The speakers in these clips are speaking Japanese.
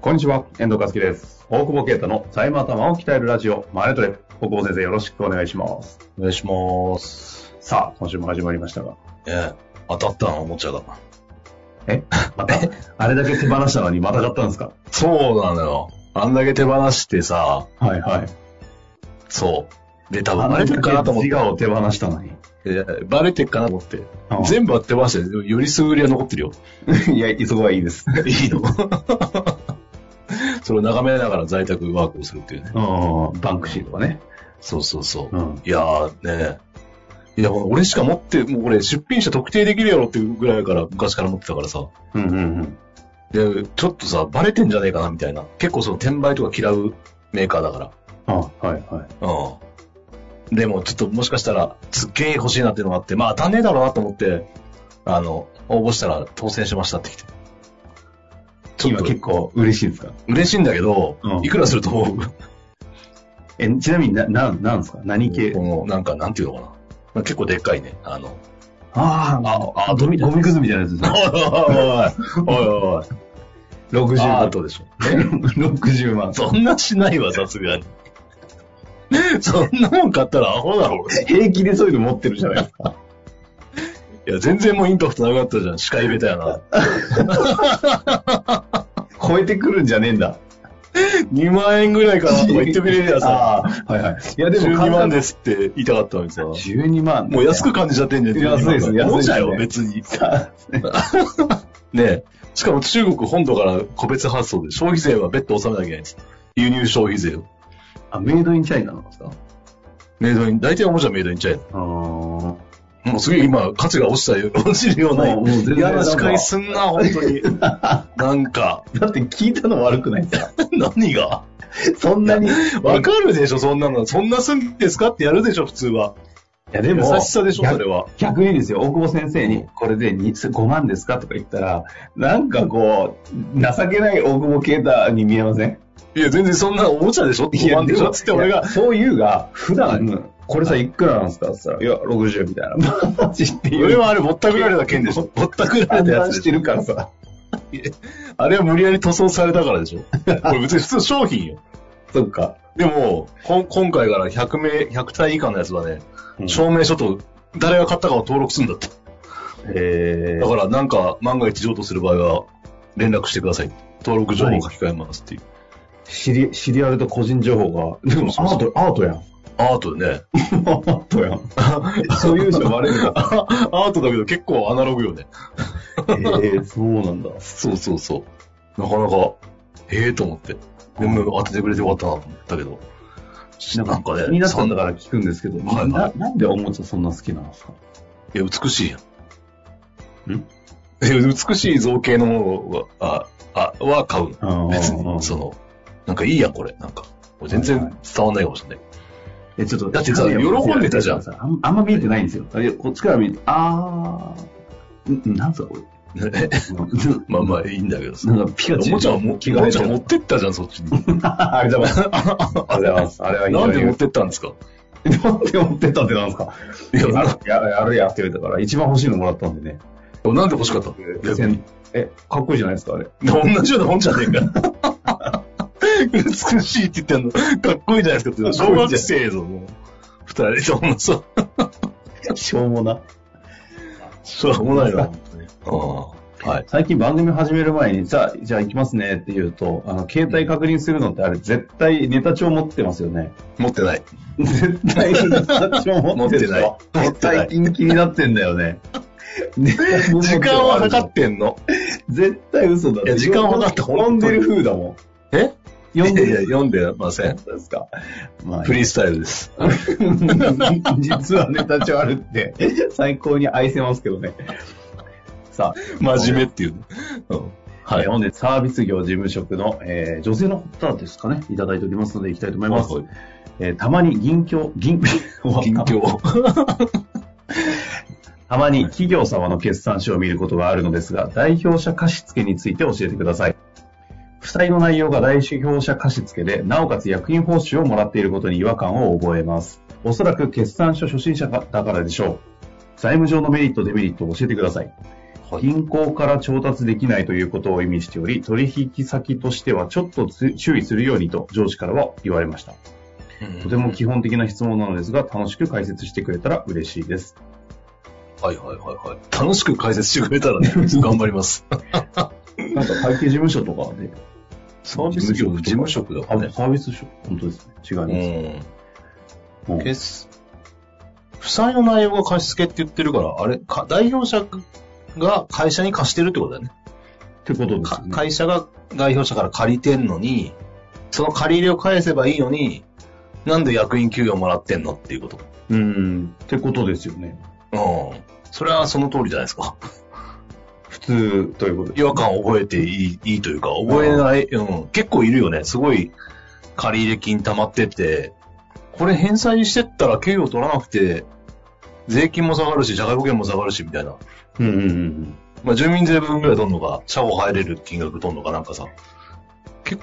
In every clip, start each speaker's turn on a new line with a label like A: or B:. A: こんにちは、遠藤和樹です。大久保啓太の財務頭を鍛えるラジオ、マネトレ。大久保先生、よろしくお願いします。
B: お願いします。
A: さあ、今週も始まりましたが。
B: ええ、当たったな、おもちゃが。
A: また、あれだけ手放したのにまた買ったんですか
B: そうなのよ。あんだけ手放してさ、
A: はいはい。
B: そう。で、多
A: あ
B: 分バレてるかなと思っ
A: 自
B: て。
A: 我を手放したのに。
B: ええバレてるかなと思って。全部当てましたよ。でもよりすぐりは残ってるよ。
A: 部。いや、そこはいいです。
B: いいのそれを眺めながら在宅ワークをするっていう ね。
A: うん、バンクシーとかね。
B: そうそうそう。
A: うん。
B: いやーねえ。いや、俺しか持って、もう俺出品者特定できるやろっていうぐらいから、昔から持ってたからさ。
A: うんうん
B: で、ちょっとさ、バレてんじゃねえかなみたいな。結構その転売とか嫌うメーカーだから。
A: うん。あ、はいはい。
B: うん。でも、ちょっともしかしたら、すっげえ欲しいなっていうのがあって、まあ当たんねえだろうなと思って、あの、応募したら当選しましたって来て。ちょっ
A: 今
B: と
A: 結構嬉しいですか
B: 嬉しいんだけど、
A: うん
B: いくらすると思う
A: え、ちなみにな、な、なんですか何系
B: この、なんか、なんていうのかな。まあ結構でっかいね。あの、
A: あ
B: あ
A: あ、
B: あ
A: ゴミ、
B: どう
A: ゴミくずみたいなやつです
B: お
A: ね。
B: いおいおいおいおい
A: 60
B: アー
A: 万。
B: トでしょ。
A: 60万。
B: そんなしないわ、さすがに。そんなもん買ったらアホだろ、俺。
A: 平気でそういうの持ってるじゃないですか。
B: いや、全然もうインパクトなかったじゃん。視界ベタや な。
A: 超えてくるんじゃねえんだ。
B: 2万円ぐらいかなとか言ってくれりゃ さ。
A: ああ、はいはい。いや、でも、。
B: 12万ですすって言いたかったのにさ。も
A: 12万。
B: う安く感じちゃってんじゃん。
A: 安いです安いです
B: 12万
A: ね
B: おもちゃよ、別に。
A: さ。
B: ねえしかも中国本土から個別発送で、消費税は別途納めなきゃいけないんです。輸入消費税を。
A: あ、メイドインチャイナなんですか
B: メイドイン、大体おもちゃはメイドインチャイ
A: あも
B: ナ。もうすげえ今、価値が落ちたよ、落ちるような。
A: う全然
B: 嫌な司会すんな、本当 に。なんか、
A: だって聞いたの悪くないですか
B: 何が
A: そんなに。い
B: わかるでしょ、そんなの。そんなすんですかってやるでしょ、普通は。
A: や、で
B: 優
A: も、
B: しさでしょ、それは。
A: 逆にですよ、大久保先生に、これでに5万ですかとか言ったら、なんかこう、情けない大久保啓太に見えません
B: いや、全然そんなおもちゃでしょ、って
A: い
B: 不
A: や
B: 安でし
A: も
B: ょ、つって俺
A: い
B: が
A: や。そういうが、普段、これさ、いくらなんですかって言ったら、いや、60みたいな。 マジっていう。
B: 俺はあれ、ぼったくられた件でしょ。ぼったくられ
A: 判
B: たや
A: 断
B: つ
A: して
B: でしょ。
A: るからさ。
B: あれは無理やり塗装されたからでしょ。これ別に普通商品よ。
A: そっか。
B: でも、こん今回から100名、100体以下のやつはね、
A: うん
B: 証明書と誰が買ったかを登録するんだって。
A: え
B: だからなんか万が一譲渡する場合は、連絡してください。登録情報を書き換えますっていう。
A: 知り、知り合いと個人情報が。でも
B: そうそ
A: ト、アートやん。
B: アートでね。
A: アートやん。 そういう人バレるか
B: アートだけど結構アナログよね。
A: ら。えー、そうなんだ。
B: そうそうそう。なかなか、ええと思って。でも当ててくれてよかったなと思ったけど。なんかね、
A: 気になったんだ
B: さ
A: から聞くんですけど、
B: はいはい
A: ななんでおもちゃそんな好きなんですか
B: いや、美しいやん。
A: ん
B: え 美しい造形のものは、あ、あは買うの。別
A: うんうんうん
B: に、その、なんかいいやん、これ。なんか。これ全然
A: はい
B: 伝わんないかもしれない。
A: え、ちょっと、
B: だってさ
A: いやいや
B: 喜んでたじゃん
A: いやいやあん。あんま見えてないんですよ。いや、こっちから見て、あー、んん なんすか、これ。
B: まあまあ、いいんだけどさ。
A: なんかピカチュウ
B: おもちゃはも、
A: 着
B: お
A: 替えてる
B: もちゃ持ってったじゃん、そっちに。
A: あありがとうございます。ありがとうございます。あれは
B: なんで持ってったんですか
A: なんで持って ったってなんですか
B: いや、
A: あ
B: な
A: るや、あるやって言われたから、一番欲しいのもらったんでね。
B: なんで欲しかったの別に。
A: え、かっこいいじゃないですか、あれ。
B: 同じようなもんじゃねえか。美しいって言ってんの、かっこいいじゃないですかって言うの。小学生ぞ、もう。二人ともさ、
A: しょうもな。
B: しょうもないな、本当に。うんはい。
A: 最近番組始める前に、じゃあ、じゃあ行きますねって言うと、あの、携帯確認するのってあれ、絶対ネタ帳持ってますよね。
B: 持ってない。
A: 絶対ネタ帳持ってるでしょ
B: 持ってない
A: 最近気になってんだよ ね。ネタ帳持って
B: 時
A: る
B: 間はかかってんの。
A: 絶対嘘だ。
B: いや時間はかかって
A: 転んでる風だもん。
B: え
A: 読んで
B: いや
A: る
B: いや、読んでません。
A: そうですか。まあ、
B: フリースタイルです。
A: 実はネタ帳あるって、最高に愛せますけ どね。さあ、
B: 真面目っていう。うん。
A: は、
B: はいい。
A: 本日サービス業事務職の、えー女性の方ですかね、いただいておりますので、いきたいと思います。
B: はいは
A: えーたまに銀行、銀、
B: 近況。
A: たまに企業様の決算書を見ることがあるのですが、代表者貸付について教えてください。負債の内容が代表者貸付で、なおかつ役員報酬をもらっていることに違和感を覚えます。おそらく決算書初心者だからでしょう。財務上のメリット、デメリットを教えてください。銀行から調達できないということを意味しており、取引先としてはちょっとつ注意するようにと上司からは言われました。とても基本的な質問なのですが、楽しく解説してくれたら嬉しいです。
B: はいはいはいはい。楽しく解説してくれた らね、頑張ります。
A: なんか会計事務所とかで、
B: サービス業、事務職だ
A: あ
B: からね。
A: サービス所、本当ですね。違います。
B: うん。
A: うん
B: 決負債の内容が貸し付けって言ってるから、あれ、か代表者が会社に貸してるってことだよね。
A: ってことです
B: か
A: よね。
B: 会社が代表者から借りてんのに、その借り入れを返せばいいのに、なんで役員給与もらってんのっていうこと。
A: うん。ってことですよね。
B: うん。それはその通りじゃないですか。
A: 普通ということで
B: 違和感を覚えていいいいというか、覚えない、うん。結構いるよね。すごい借り入れ金溜まってて、これ返済してったら給与取らなくて、税金も下がるし、社会保険も下がるし、みたいな。
A: うんうんうん
B: まあ、住民税分ぐらい取んのか、社保入れる金額取んのかなんかさ、結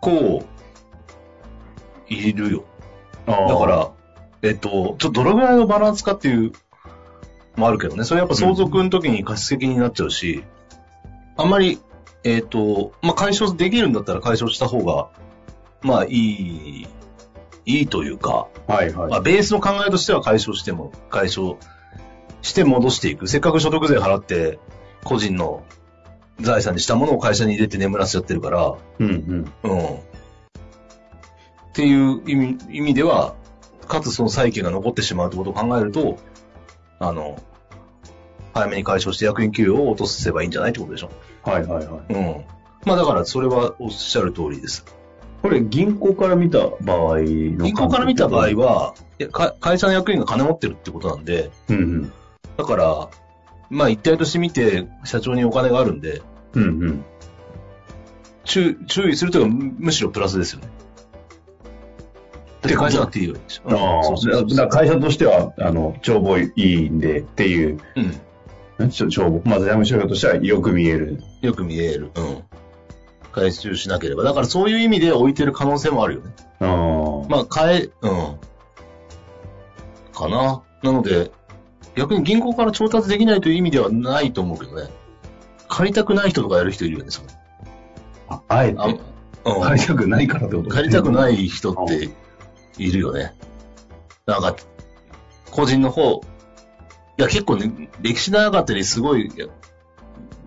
B: 構、いるよ。
A: うん。あー
B: だか、ら、えっと、ちょっとどれぐらいのバランスかっていう、もあるけどね。それやっぱ相続の時に貸し付けになっちゃうし、あんまり、えっと、まあ、解消できるんだったら解消した方が、まあ、いい、いいというか、
A: はいはい。
B: まあ、ベースの考えとしては解消しても、解消して戻していく。せっかく所得税払って、個人の財産にしたものを会社に入れて眠らせちゃってるから、
A: うんうん。
B: うん。っていう意味意味では、かつその債権が残ってしまうってことを考えると、あの、早めに解消して役員給与を落とせばいいんじゃないってことでしょ。
A: はいはいはい。
B: うん。まあだからそれはおっしゃる通りです。
A: これ銀行から見た場合の
B: 銀行から見た場合、は、いやか会社の役員が金持ってるってことなんで、
A: うんうん。
B: だから、まあ一体として見て社長にお金があるんで、
A: うんうん。
B: 注注意するというか、むむしろプラスですよね。で、会社だっていいよ。うん
A: ああ、
B: そうそうそう
A: だから会社としては、あの、帳簿いいんでっていう、
B: うん。
A: んちょ帳簿、まあ、財務諸表としてはよく見える。
B: よく見える。うん。回収しなければ。だからそういう意味で置いてる可能性もあるよね。
A: ああ、
B: まあ、変え、うん。かな。なので、逆に銀行から調達できないという意味ではないと思うけどね。借りたくない人とかやる人いるよね、それ
A: ああえて、
B: あうん。
A: 借りたくないからってこと
B: 借りたく
A: い。
B: ない人っているよね。なんか、個人の方、いや結構ね、歴史長かったりすごい、いや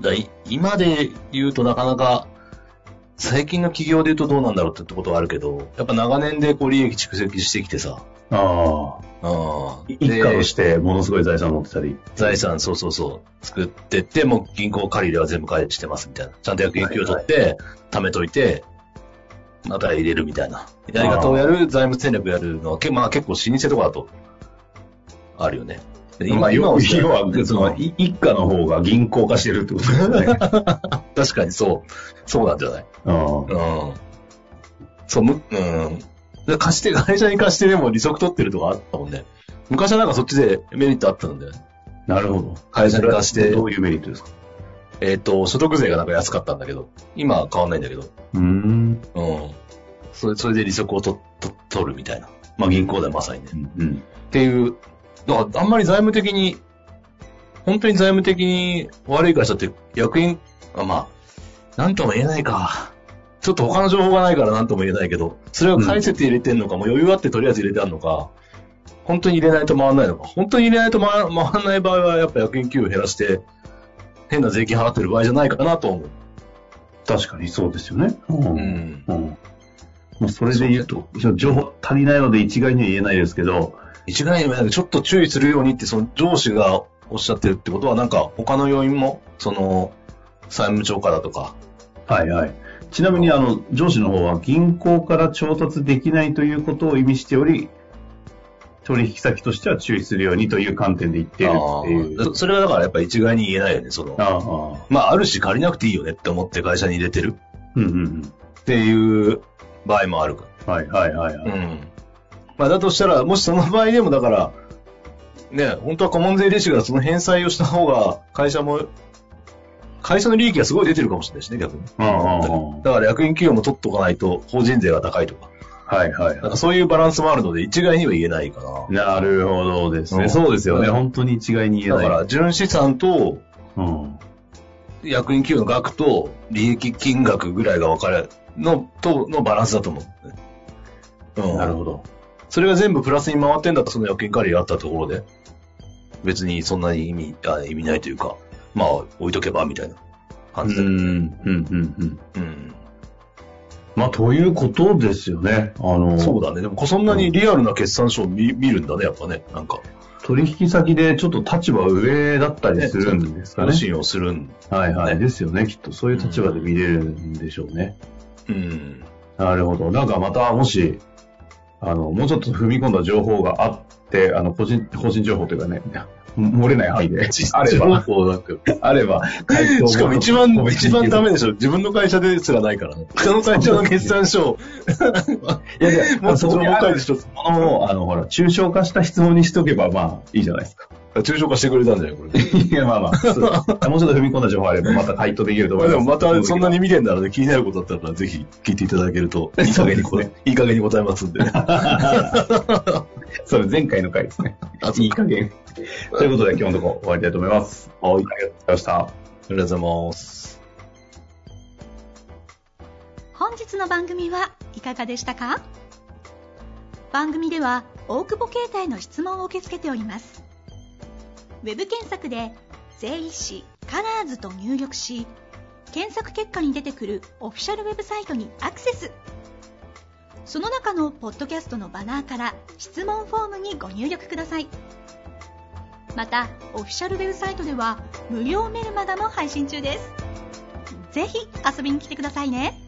B: だい今で言うとなかなか、最近の企業で言うとどうなんだろうってことはあるけど、やっぱ長年でこう利益蓄積してきてさ、
A: ああ、
B: うん。
A: 一家
B: で
A: としてものすごい財産持ってたり。
B: 財産、そうそうそう、作ってって、もう銀行借りでは全部返してますみたいな。ちゃんと役員給与取って、貯めといて、また入れるみたいな。やり方をやる、財務戦略やるのは、けまあ結構老舗とかだと、あるよね。で
A: まあ要は、
B: 今
A: 要
B: は
A: はその、い一家の方が銀行化してるってことですね。
B: 確かにそう、そうなんじゃない
A: ああ
B: うん。そう、む、うん。で貸して、会社に貸してでも利息取ってるとかあったもんね。昔はなんかそっちでメリットあったんだよね。
A: なるほど。
B: 会社に貸して
A: どういうメリットですか
B: えっ、と、所得税がなんか安かったんだけど、今は変わんないんだけど。
A: うーん。
B: うん。それ、それで利息をと、と、取るみたいな。まあ銀行ではまさにね。
A: うんうん。
B: っていう、だからあんまり財務的に、本当に財務的に悪い会社って役員、あまあ、なんとも言えないか。ちょっと他の情報がないからなんとも言えないけど、それを返せて入れてんのか、もう余裕あってとりあえず入れてあるのか、本当に入れないと回らないのか、本当に入れないと回ら回らない場合はやっぱ役員給与減らして、変な税金払ってる場合じゃないかなと思う。
A: 確かにそうですよね。うん
B: ん。
A: うんまあ、それで言うと、情報足りないので一概には言えないですけど、
B: 一概には言えないけどちょっと注意するようにって、その上司がおっしゃってるってことは、なんか他の要因も、その、債務超過だとか、
A: はいはい。ちなみにあの上司の方は銀行から調達できないということを意味しており取引先としては注意するようにという観点で言っているっていう。
B: あーそれはだからやっぱ一概に言えないよね、その。
A: ああ、
B: まあ、あるし借りなくていいよねって思って会社に入れてる
A: うんうん
B: っていう場合もあるか
A: うん。はいはいはい、はい
B: ら。うん。まあ、だとしたら、もしその場合でもだから、ね、本当は顧問税理士がその返済をした方が、会社も、会社の利益がすごい出てるかもしれないしね、逆に。
A: うんうんうん
B: だから役員企業も取っとかないと、法人税が高いとか。
A: はいはい
B: な
A: は。。
B: んかそういうバランスもあるので、一概には言えないかない
A: なるほどです
B: う
A: ね。
B: ん
A: そうですよね。本当に一概に言え
B: だ
A: な
B: か
A: い。
B: ら、純資産と
A: うん。
B: 役員給与の額と利益金額ぐらいが分かれ、の、とのバランスだと思う、ね。うん。
A: なるほど。
B: それが全部プラスに回ってんだったら、その役員管理があったところで、別にそんなに意味、あ意味ないというか、まあ、置いとけば、みたいな
A: う
B: 感
A: ん、
B: じ
A: う
B: で。
A: ん、うん、うん。
B: うん。
A: まあ、ということですよね。あの、
B: そうだね。でも、こそんなにリアルな決算書を見見るんだね、やっぱね。なんか、
A: 取引先でちょっと立場上だったりするんですかね
B: 発。信をするん。
A: はいはい。
B: ね
A: ですよね。きっとそういう立場で見れるんでしょうね。
B: うん。
A: なるほど。なんかまた、もし、あの、もうちょっと踏み込んだ情報があって、あの、個人、個人情報というかね、漏れない範囲で、
B: 実
A: あれば、こうなく、あれば、回答も
B: しかも一番、一番ダメ
A: い
B: でしょ。自分の会社ですらないからね。他の会社の決算書を、
A: やいや、
B: も
A: も
B: う
A: う
B: そ
A: そ
B: こ
A: こ
B: も
A: も
B: 書
A: 書
B: い
A: い
B: て
A: て
B: 一つ。
A: あの、あの、ほら、抽象化した質問にしておけば、まあ、いいじゃないですか。
B: 抽象化してくれたんじゃないこ れ。
A: いや、まあまあ、そうもうちょっと踏み込んだ情報あれば、また回答できると
B: ま
A: 思
B: あ
A: いま。
B: ですもまたそんな
A: に。
B: に見てんならね、気になることだったらぜひ聞いていただけると、いい加
A: そう
B: 減
A: で
B: に
A: す
B: こ、
A: ね
B: いい加減に答えますん でね。
A: それ前回の回ですね。
B: あ
A: いい加減。ということで、今日のところ終わりたいと思います。はい。ありがとうございました。
B: ありがとうございます。
C: 本日の番組はいかがでしたか番組では大久保携帯の質問を受け付けておりますウェブ検索で「税理士カラーズと入力し検索結果に出てくるオフィシャルウェブサイトにアクセスその中のポッドキャストのバナーから質問フォームにご入力くださいまたオフィシャルウェブサイトでは無料メルマガも配信中ですぜひ遊びに来てくださいね